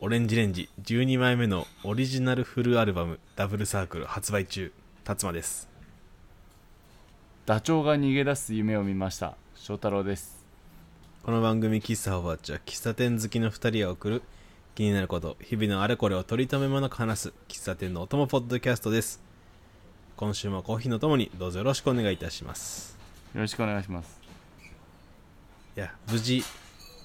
オレンジレンジ12枚目のオリジナルフルアルバムダブルサークル発売中辰馬ですダチョウが逃げ出す夢を見ました翔太郎ですこの番組喫茶おばあちゃん喫茶店好きの2人が送る気になること日々のあれこれを取り留めもなく話す喫茶店のお供ポッドキャストです今週もコーヒーのともにどうぞよろしくお願いいたしますよろしくお願いしますいや無事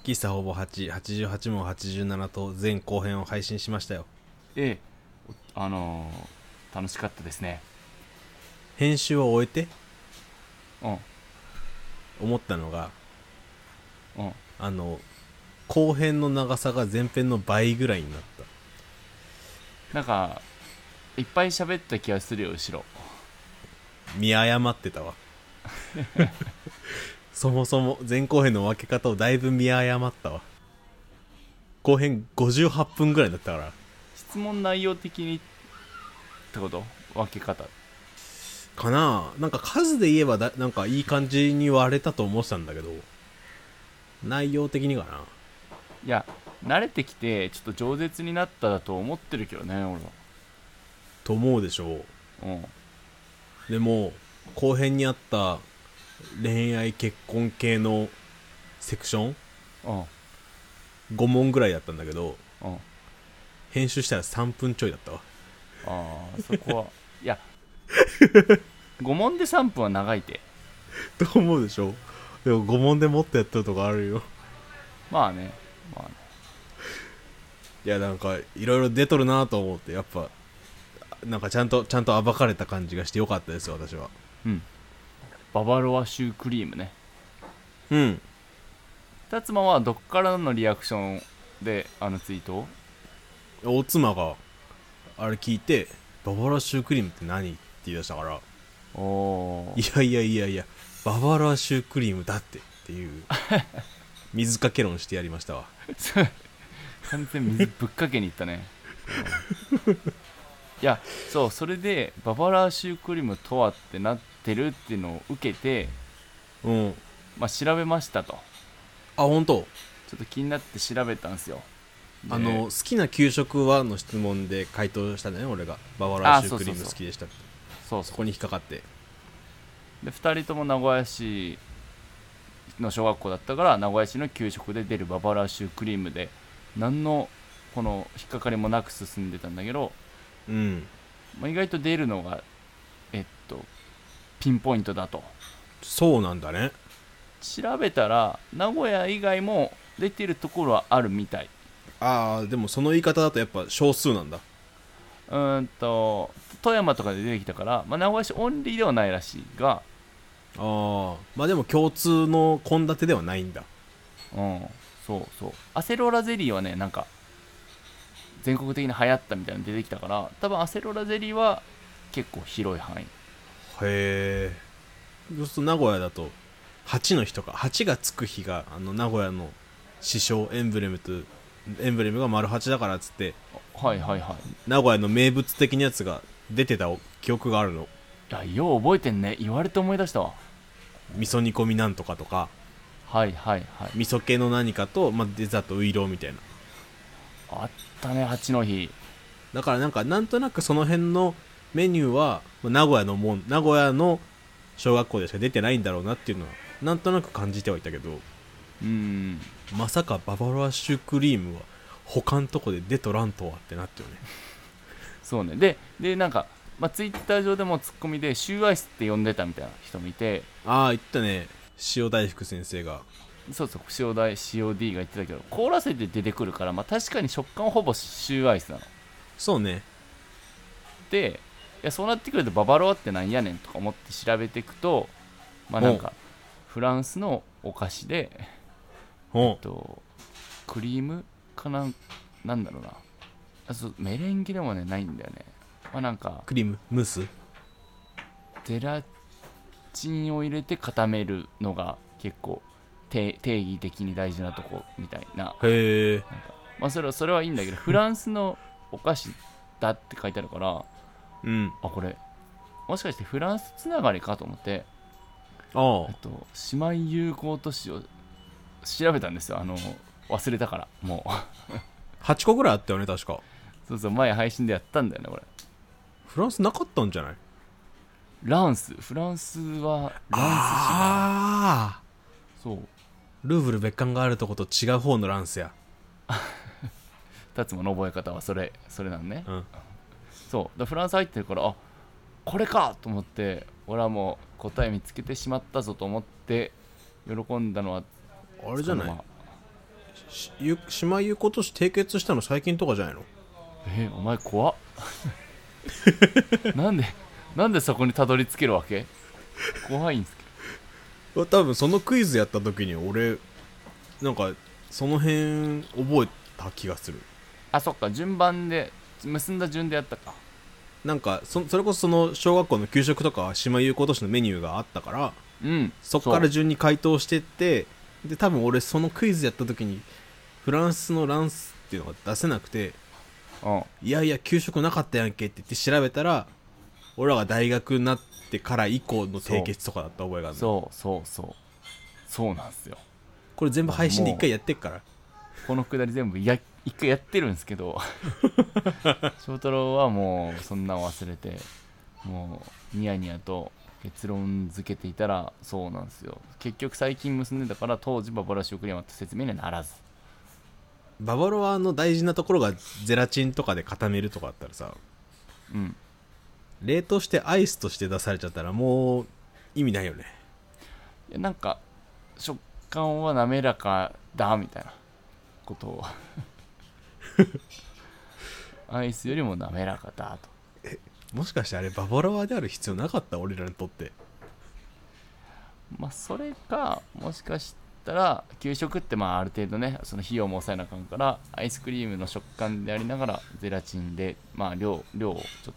喫茶ほぼ888も87と全後編を配信しましたよええおあのー楽しかったですね編集を終えてうん思ったのがうんあの後編の長さが前編の倍ぐらいになったなんかいっぱい喋った気がするよ後ろ見誤ってたわ そもそも前後編の分け方をだいぶ見誤ったわ後編58分ぐらいだったから質問内容的にってこと分け方かななんか数で言えばだなんかいい感じに割れたと思ってたんだけど内容的にかないや慣れてきてちょっと饒舌になっただと思ってるけどね俺はと思うでしょううんでも後編にあった恋愛結婚系のセクションうん5問ぐらいだったんだけどうん編集したら3分ちょいだったわああそこはいや5問で3分は長いてと思うでしょでも5問でもっとやってるとこあるよまあねまあねいやなんかいろいろ出とるなと思ってやっぱなんかちゃんとちゃんと暴かれた感じがしてよかったですよ私はうんババロアシュークリームねうん達馬はどっからのリアクションであのツイートをお妻があれ聞いて「ババロアシュークリームって何?」って言い出したから「おいやいやいやいやババロアシュークリームだって」っていう水かけ論してやりましたわー完全に水ぶっかけにいったねうんいやそうそれでババロアシュークリームとはってなってるっていうのを受けて、うんまあ、調べましたとあ本当ちょっと気になって調べたんですよであの好きな給食はの質問で回答したんだよね俺がババロあアシュークリーそムうそうそう好きでしたってそうそそうこに引っかかってで2人とも名古屋市の小学校だったから名古屋市の給食で出るババラシュークリームで何のこの引っかかりもなく進んでたんだけど、うんまあ、意外と出るのがえっとピンポイントだとそうなんだね調べたら名古屋以外も出てるところはあるみたいああでもその言い方だとやっぱ少数なんだうーんと富山とかで出てきたから、まあ、名古屋市オンリーではないらしいがああまあでも共通の献立ではないんだうんそうそうアセロラゼリーはねなんか全国的に流行ったみたいなの出てきたから多分アセロラゼリーは結構広い範囲へえそうすると名古屋だと8の日とか8がつく日があの名古屋の師匠エンブレムとエンブレムが丸8だからっつってはいはいはい名古屋の名物的なやつが出てた記憶があるのいやよう覚えてんね言われて思い出したわ味噌煮込みなんとかとかはいはいはい味噌系の何かと、まあ、デザートウイローみたいなあったね八の日だからなんかなんとなくその辺のメニューはまあ名古屋のもん名古屋の小学校でしか出てないんだろうなっていうのはなんとなく感じてはいたけどうんまさかババロアシュクリームは他のとこで出とらんとはってなってよねそうねででなんか、まあ、ツイッター上でもツッコミで「シューアイス」って呼んでたみたいな人もいてああ言ったね塩大福先生がそうそう塩大 COD が言ってたけど凍らせて出てくるから、まあ、確かに食感はほぼシューアイスなのそうねでいやそうなってくるとババロアってなんやねんとか思って調べていくとまあなんかフランスのお菓子で、えおっと、クリームかなんなんだろうなあそうメレンゲでもねないんだよねまあなんかクリームムースゼラチンを入れて固めるのが結構定定義的に大事なとこみたいなへえまあそれはそれはいいんだけどフランスのお菓子だって書いてあるからうんあこれもしかしてフランスつながりかと思ってあえっと姉妹友好都市を調べたんですよあの忘れたからもう 8個ぐらいあったよね確かそうそう前配信でやったんだよねこれフランスなかったんじゃないランスフランスはラあンあス市そうルーブル別館があるとこと違う方のランスや達磨の覚え方はそれそれなんね、うんそうだからフランス入ってるからあこれかと思って俺はもう答え見つけてしまったぞと思って喜んだのはあれじゃないまあしゆ島優子として締結したの最近とかじゃないのえお前 怖っなんでなんでそこにたどり着けるわけ怖いんです多け分そのクイズやった時に俺なんかその辺覚えた気がするどあそっか順番で結んだ順でやったかなんかそそれこそその小学校の給食とかは島優子都市のメニューがあったからうんそっからう順に回答してってで多分俺そのクイズやった時にフランスのランスっていうのが出せなくてうんいやいや給食なかったやんけって言って調べたら俺らが大学になってから以降の締結とかだった覚えがあるのそうそうそうそうなんですよこれ全部配信で一回やってっからこのくだり全部や一回やってるんですけ ど翔太郎はもうそんなん忘れてもうニヤニヤと結論付けていたらそうなんですよ結局最近結んでたから当時ババラシ送りは全く説明にはならずババロアの大事なところがゼラチンとかで固めるとかだったらさうん冷凍してアイスとして出されちゃったらもう意味ないよねいやなんか食感は滑らかだみたいなことを アイスよりも滑らかだともしかしてあれババロアである必要なかった俺らにとってまあそれかもしかしたら給食ってまあある程度ねその費用も抑えなあかんからアイスクリームの食感でありながらゼラチンでまあ量量をちょっ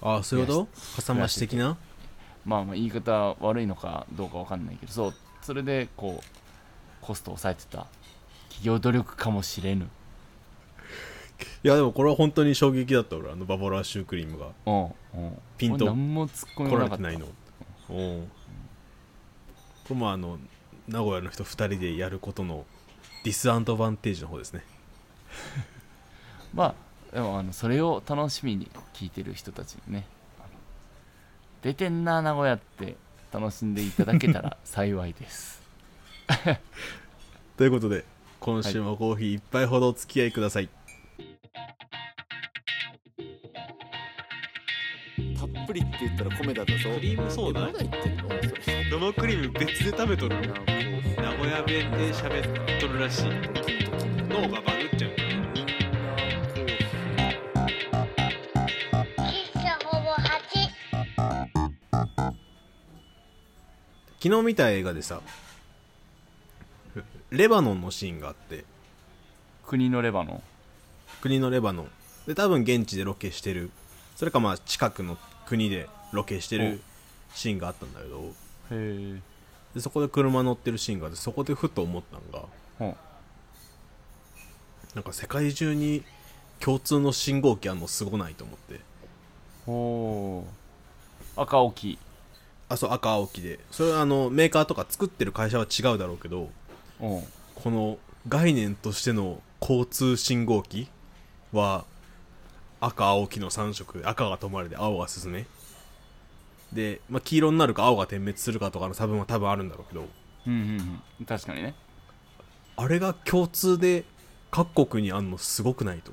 とああそういうことかさ増し的なまあまあ言い方悪いのかどうかわかんないけどそうそれでこうコストを抑えてた企業努力かもしれぬいやでもこれは本当に衝撃だった俺あのババロアシュークリームがうんうんピンとこれ何も突っ込み来もらなれかってたないのうんこれもあの名古屋の人2人でやることのディスアンドバンテージの方ですねまあでもあのそれを楽しみに聞いてる人たちにねあの出てんな名古屋って楽しんでいただけたら幸いですということで今週もコーヒー一杯ほどお付き合いください、たっぷりって言ったら米田だぞクリームソーダえまだ言ってんのそれ生クリーム別で食べとるなんかこ名古屋弁で喋っとるらしいうドキドキなんか脳がバグっちゃうこう喫茶ほぼ8。昨日見た映画でさレバノンのシーンがあって国のレバノン国のレバノンで多分現地でロケしてるそれかまあ近くの国でロケしてうんるシーンがあったんだけどへえでそこで車乗ってるシーンがあってそこでふと思ったのがうんなんか世界中に共通の信号機あるのすごないと思ってほう赤青黄あそう赤青機でそれはあのメーカーとか作ってる会社は違うだろうけどうんこの概念としての交通信号機は赤青黄の3色赤が止まれで青が進めで、まあ、黄色になるか青が点滅するかとかの差分は多分あるんだろうけどうんうんうん確かにねあれが共通で各国にあんのすごくないと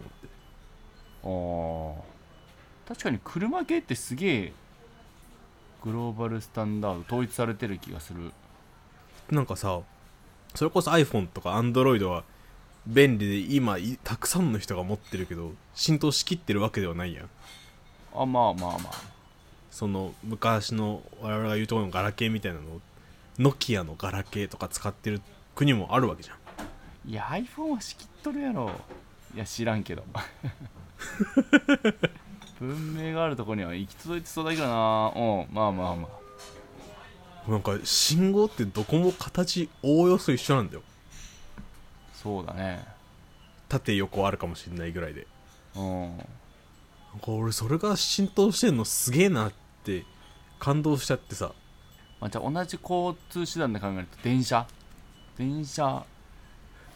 思ってああ確かに車系ってすげえグローバルスタンダード統一されてる気がするなんかさそれこそ iPhone とか Android は便利で今いたくさんの人が持ってるけど浸透しきってるわけではないやんあまあまあまあその昔の我々が言うところのガラケーみたいなのをノキアのガラケーとか使ってる国もあるわけじゃんいや iPhone は仕切っとるやろいや知らんけど文明があるとこには行き届いてそうだけどなうんまあまあまあなんか信号ってどこも形おおよそ一緒なんだよそうだね縦横あるかもしれないぐらいでうんなんか俺それが浸透してんのすげえなって感動しちゃってさまあ、じゃあ同じ交通手段で考えると電車電車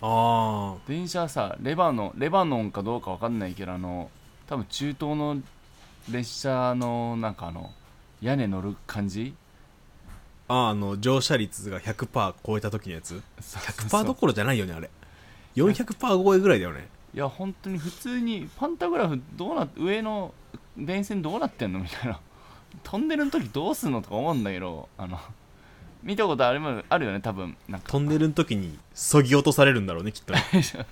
あ電車はさレバノンレバノンかどうかわかんないけどあの多分中東の列車のなんかあの屋根乗る感じあああの乗車率が100%超えた時のやつ100%どころじゃないよねあれ400%超えぐらいだよねいや本当に普通にパンタグラフどうな上の電線どうなってんのみたいなトンネルの時どうすんのとか思うんだけどあの見たことあるあるよね多分なんかトンネルの時にそぎ落とされるんだろうねきっ とねだか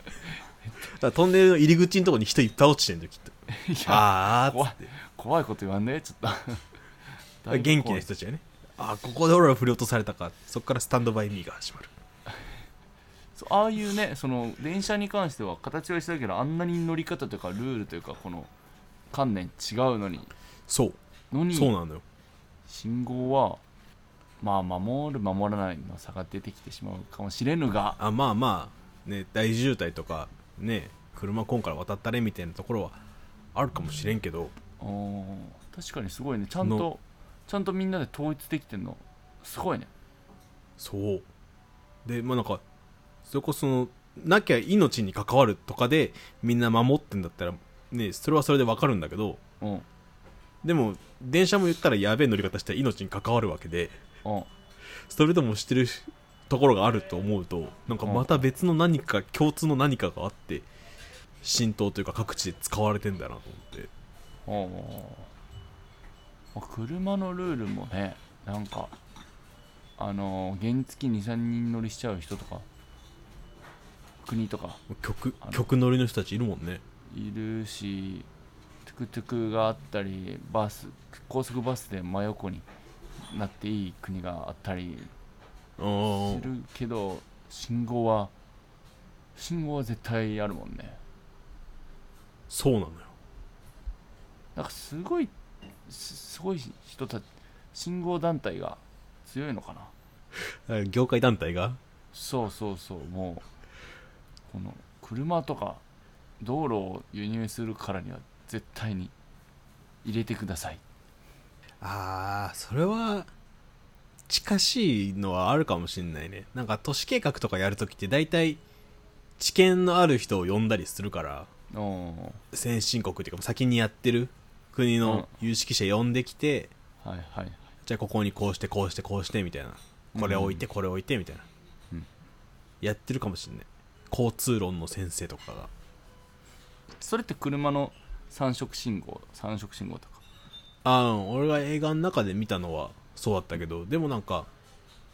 らトンネルの入り口のとこに人いっぱい落ちてんだよきっといやあー怖い怖いこと言わんねちょっとあ 元気なです人たちがねああここで俺ら振り落とされたかそっからスタンドバイミーが始まるそうああいうねその電車に関しては形は一緒だけどあんなに乗り方というかルールというかこの観念違うのにそうのにそうなのよ信号はまあ守る守らないの差が出てきてしまうかもしれぬがあまあまあね大渋滞とかね車今から渡ったれみたいなところはあるかもしれんけどおー確かにすごいねちゃんとのちゃんとみんなで統一できてんのすごいねそうでまあなんかそれこそのなきゃ命に関わるとかでみんな守ってんだったらねそれはそれでわかるんだけどうんうんでも電車も言ったらやべえ乗り方したら命に関わるわけでそれでもしてるところがあると思うとなんかまた別の何か共通の何かがあって浸透というか各地で使われてんだなと思っておーまあ車のルールもねなんかあのー原付23人乗りしちゃう人とか国とか曲あの曲乗りの人たちいるもんねいるしトゥクトゥクがあったりバス高速バスで真横になっていい国があったりあすーるけど信号は信号は絶対あるもんねそうなのよなんかすごいすすごい人たち信号団体が強いのかだなから業界団体がそうそうそうもうこの車とか道路を輸入するからには絶対に入れてくださいああそれは近しいのはあるかもしんないねなんか都市計画とかやるときって大体知見のある人を呼んだりするからおー先進国っていうか先にやってる国の有識者呼んできて、はいはいじゃあここにこうしてこうしてこうしてみたいなこれ置いてこれ置いてみたいな、うんやってるかもしんない交通論の先生とかがそれって車の三色信号三色信号とかああ俺が映画の中で見たのはそうだったけどでもなんか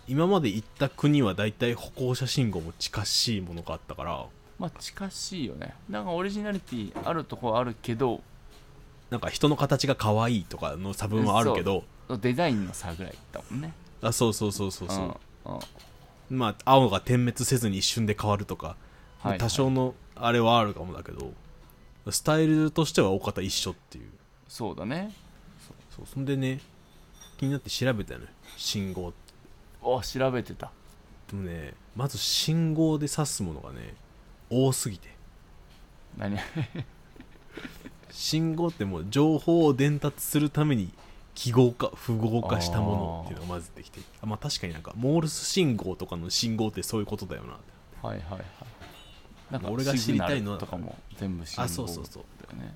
今まで行った国は大体歩行者信号も近しいものがあったからまあ近しいよねなんかオリジナリティあるとこはあるけどなんか人の形が可愛いとかの差分はあるけどデザインの差ぐらいだもんねあそうそうそうそうそう、うんうんまあ青が点滅せずに一瞬で変わるとか、はいはい多少のあれはあるかもだけどスタイルとしては大方一緒っていうそうだねそうそんでね気になって調べたのよ信号ってお調べてたでもねまず信号で指すものがね多すぎて何 信号ってもう情報を伝達するために記号化符号化したものっていうのがまずできてあまあ確かになんかモールス信号とかの信号ってそういうことだよなはいはいはいなんか俺が知りたいのはシグナルとかも全部信号あそうそうそうだよね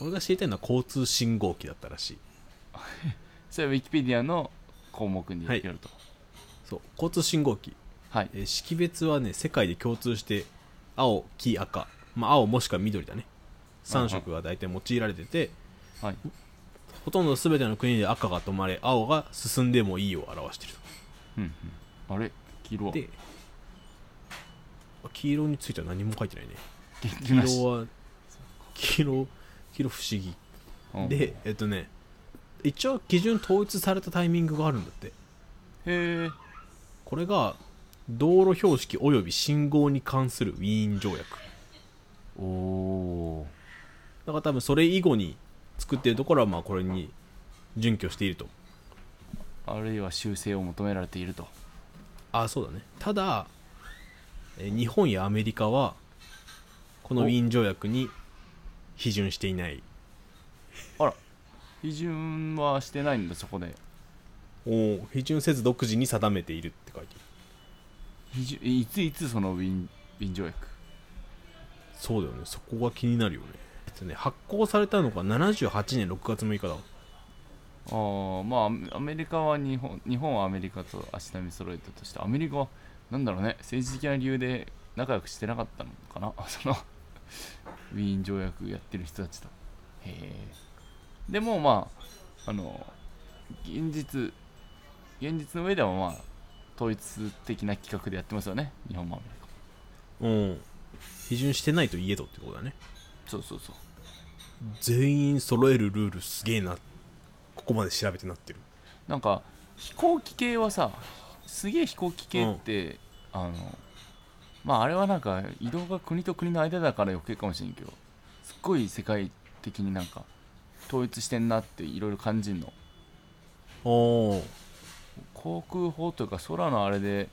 俺が知りたいのは交通信号機だったらしいそれはウィキペディアの項目にはいいけるとそう交通信号機、はい、えー識別はね世界で共通して青黄赤まあ青もしくは緑だね3色が大体用いられててはい、ほとんど全ての国で赤が止まれ青が進んでもいいを表しているうんうんあれ黄色はとであ黄色については何も書いてないね元気黄なし色は黄色黄色不思議、うんへでえっとね一応基準統一されたタイミングがあるんだってえこれが道路標識および信号に関するウィーン条約おおだから多分それ以後に作ってるところはまあこれに準拠しているとあるいは修正を求められているとあそうだねただえー日本やアメリカはこのウィーン条約に批准していないあら批准はしてないんだそこでおー批准せず独自に定めているって書いて批准えいついつそのウィン便乗薬そうだよねそこが気になるよねえっとね発行されたのが78年6月6日だわあーまあアメアメリカは日本日本はアメリカと足並み揃えたとしてアメリカはなんだろうね政治的な理由で仲良くしてなかったのかな そのウィーン条約やってる人たちとへえでもまああの現実現実の上ではまあ統一的な企画でやってますよね日本もアメリカもうん批准してないと言えとってことだねそうそうそう全員揃えるルールすげえなここまで調べてなってるなんか飛行機系はさすげえ飛行機系って、あのまああれはなんか移動が国と国の間だから余計かもしれんけどすっごい世界的になんか統一してんなっていろいろ感じんのおー航空法というか空のあれで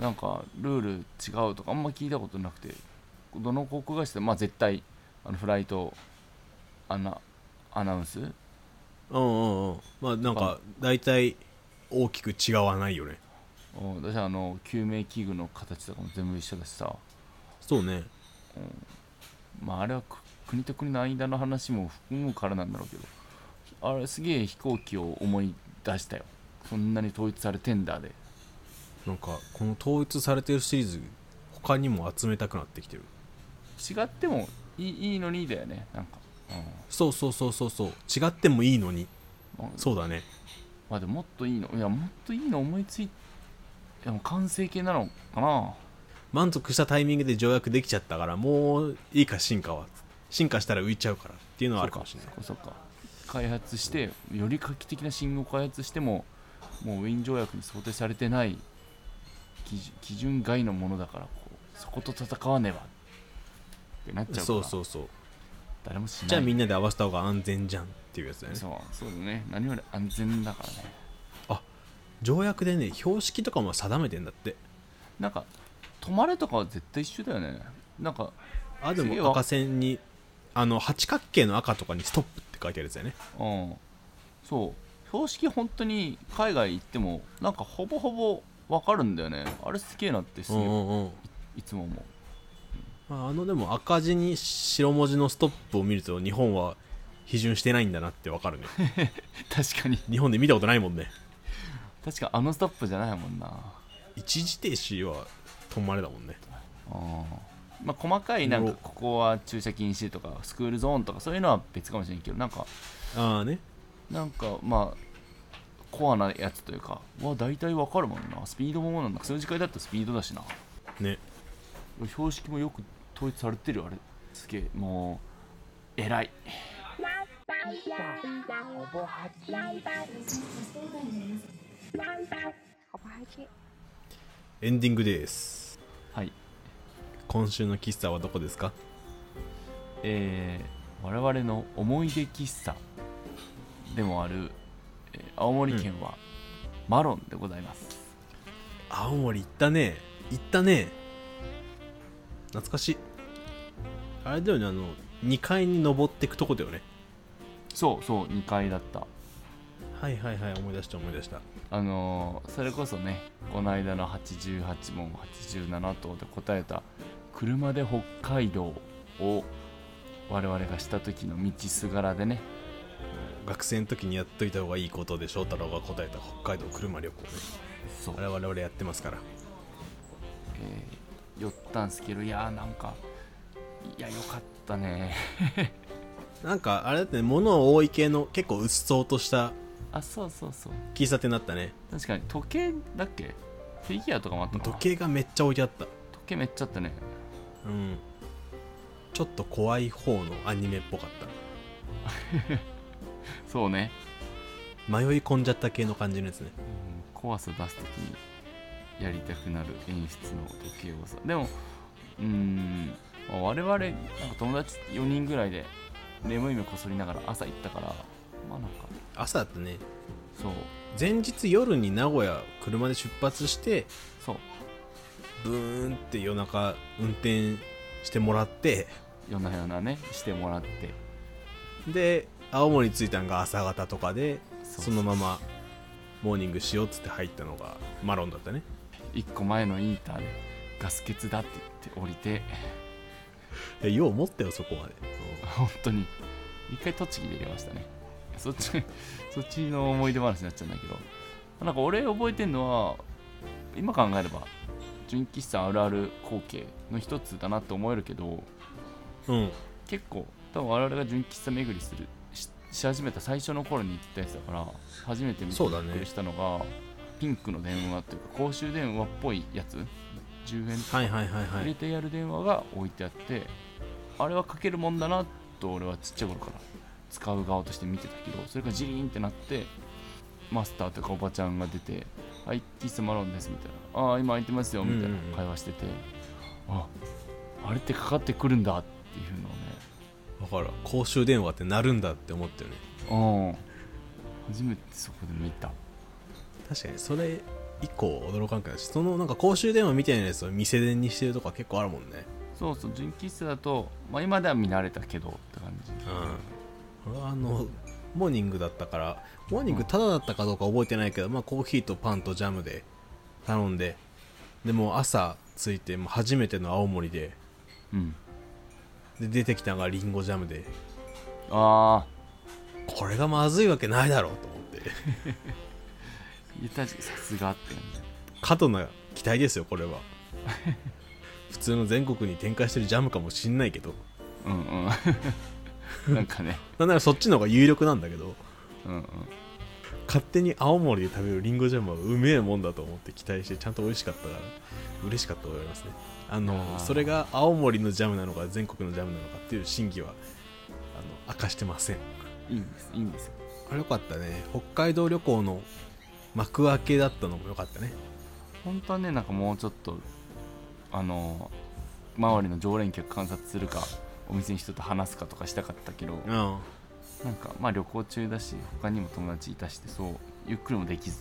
なんかルール違うとかあんま聞いたことなくてどの航空会社でもまあ絶対あのフライトアナアナウンスうんうんうんまあなんか大体大きく違わないよねうん私あの救命器具の形とかも全部一緒だしさ、そうねまああれはく国と国の間の話も含むからなんだろうけどあれすげえ飛行機を思い出したよそんなに統一されてんだでなんかこの統一されてるシリーズ他にも集めたくなってきてる違ってもいいいいのにだよねなんか、うそうそうそうそうそう違ってもいいのにんまあ、そうだねまあでももっといいのいやもっといいの思いついでもう完成形なのかな満足したタイミングで条約できちゃったからもういいか進化は進化したら浮いちゃうからっていうのはあるかもしれないそうかそうか開発してより画期的な信号を開発してももうウィーン条約に想定されてない基準基準外のものだからこうそこと戦わねばってなっちゃうからそうそうそう誰もしないじゃあみんなで合わせた方が安全じゃんっていうやつだよねそうそうだね何より安全だからね条約でね標識とかも定めてんだってなんか止まれとかは絶対一緒だよねなんかあですげえわも赤線にあの八角形の赤とかにストップって書いてあるやつだよねうんそう標識本当に海外行ってもなんかほぼほぼ分かるんだよねあれすげえなってすげえんうんいつも思うまああのでも赤字に白文字のストップを見ると日本は批准してないんだなってわかる ね確かに日本で見たことないもんね確かあのストップじゃないもんなあ一時停止は止まれだもんねーまあ細かいなんうかんここは駐車禁止とかスクールゾーンとかそういうのは別かもしれんけどなんかああねなんかまあコアなやつというかは大体わかるもんなスピードもなんだ数字会だったらスピードだしなね標識もよく統一されてるよあれすげえもう偉いエンディングですはい今週の喫茶はどこですかえー我々の思い出喫茶でもある、えー青森県はマロンでございます、青森行ったね行ったね懐かしいあれだよねあの2階に登ってくとこだよねそうそう2階だったはいはいはい思い出した思い出したあのーそれこそねこの間の88問87答で答えた車で北海道を我々がした時の道すがらでね学生の時にやっといた方がいいことで翔太郎が答えた北海道車旅行ねそうあれ我々やってますからえー寄ったんすけどいやーなんかいやよかったね なんかあれだってね物多い系の結構うっそうとしたあそうそうそう喫茶店だったね確かに時計だっけフィギュアとかもあったのかな時計がめっちゃ置いてあった時計めっちゃあったねうんちょっと怖い方のアニメっぽかったそうね、迷い込んじゃった系の感じのやつねうん怖さ出す時にやりたくなる演出の時計をさでもうーんまあ我々なんか友達4人ぐらいで眠い目こすりながら朝行ったからまあなんか朝だったねそう前日夜に名古屋車で出発してそうブーンって夜中運転してもらって夜な夜なねしてもらってで青森着いたんが朝方とかでそうそのままモーニングしようっつって入ったのがマロンだったね1個前のインターでガス欠だって言ってって降りていやよう思ったよそこまで、うん本当に一回栃木で入れましたねそっち そっちの思い出話になっちゃうんだけどなんか俺覚えてるのは今考えれば純喫茶あるある光景の一つだなって思えるけどうん、結構多分我々が純喫茶巡りするしし始めた最初の頃に行ったやつだから初めて見てそびうだねっくりしたのが、ピンクの電話というか公衆電話っぽいやつ10円はいはいはいは入れいてやる電話が置いてあって、あれはかけるもんだなと俺はちっちゃい頃から使う側として見てたけどそれがジーンってなってマスターとかおばちゃんが出て「はいキスマロンです」みたいな「ああ今空いてますよ」みたいうんなうんうん会話してて、ああれってかかってくるんだっていうのをねだから公衆電話ってなるんだって思ったよねうん初めてそこで見た確かにそれ以降驚かんくなるしそのなんか公衆電話みたいなやつを店電にしてるとか結構あるもんねそうそう純喫茶だと、まあ、今では見慣れたけどって感じうん俺はあのモーニングだったからモーニングタダだったかどうか覚えてないけど、まあ、コーヒーとパンとジャムで頼んででもう朝着いてもう初めての青森でうんで出てきたのがリンゴジャムでああこれがまずいわけないだろうと思っていや確かにさすがって感じ過度な期待ですよこれ は普通の全国に展開してるジャムかもしんないけどうんうん なんかねなんならそっちの方が有力なんだけどうんうん勝手に青森で食べるリンゴジャムはうめえもんだと思って期待してちゃんと美味しかったから嬉しかったと思いますねあのあーそれが青森のジャムなのか全国のジャムなのかっていう真偽はあの明かしてませんいいんですいいんですよあれよかったね北海道旅行の幕開けだったのもよかったね本当はねなんかもうちょっとあの周りの常連客観察するかお店に人と話すかとかしたかったけどうんなんかまあ旅行中だし他にも友達いたしてそうゆっくりもできず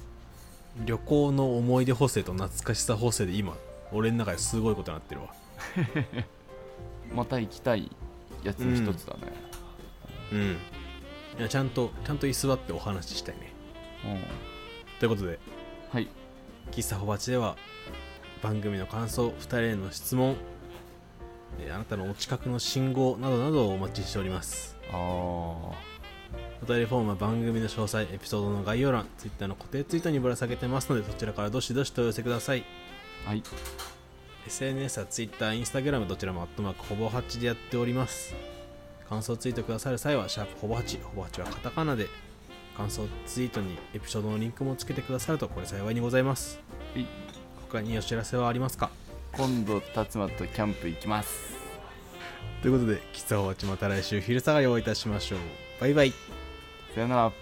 旅行の思い出補正と懐かしさ補正で今俺の中ですごいことになってるわまた行きたいやつの一つだね、うんいやちゃんとちゃんと居座ってお話ししたいねうんということではい喫茶ほばちでは番組の感想2人への質問えーあなたのお近くの信号などなどをお待ちしておりますあーお便りフォームは番組の詳細エピソードの概要欄 Twitter の固定ツイートにぶら下げてますのでそちらからどしどしとお寄せくださいはい SNS は Twitter、Instagram どちらもアットマークほぼ8でやっております感想ツイートくださる際はシャープほぼ8ほぼ8はカタカナで感想ツイートにエピソードのリンクもつけてくださるとこれ幸いにございますはい他にお知らせはありますか今度辰馬とキャンプ行きますということで、喫茶おわちまた来週昼下がりをお会いいたしましょう。バイバイ。さよなら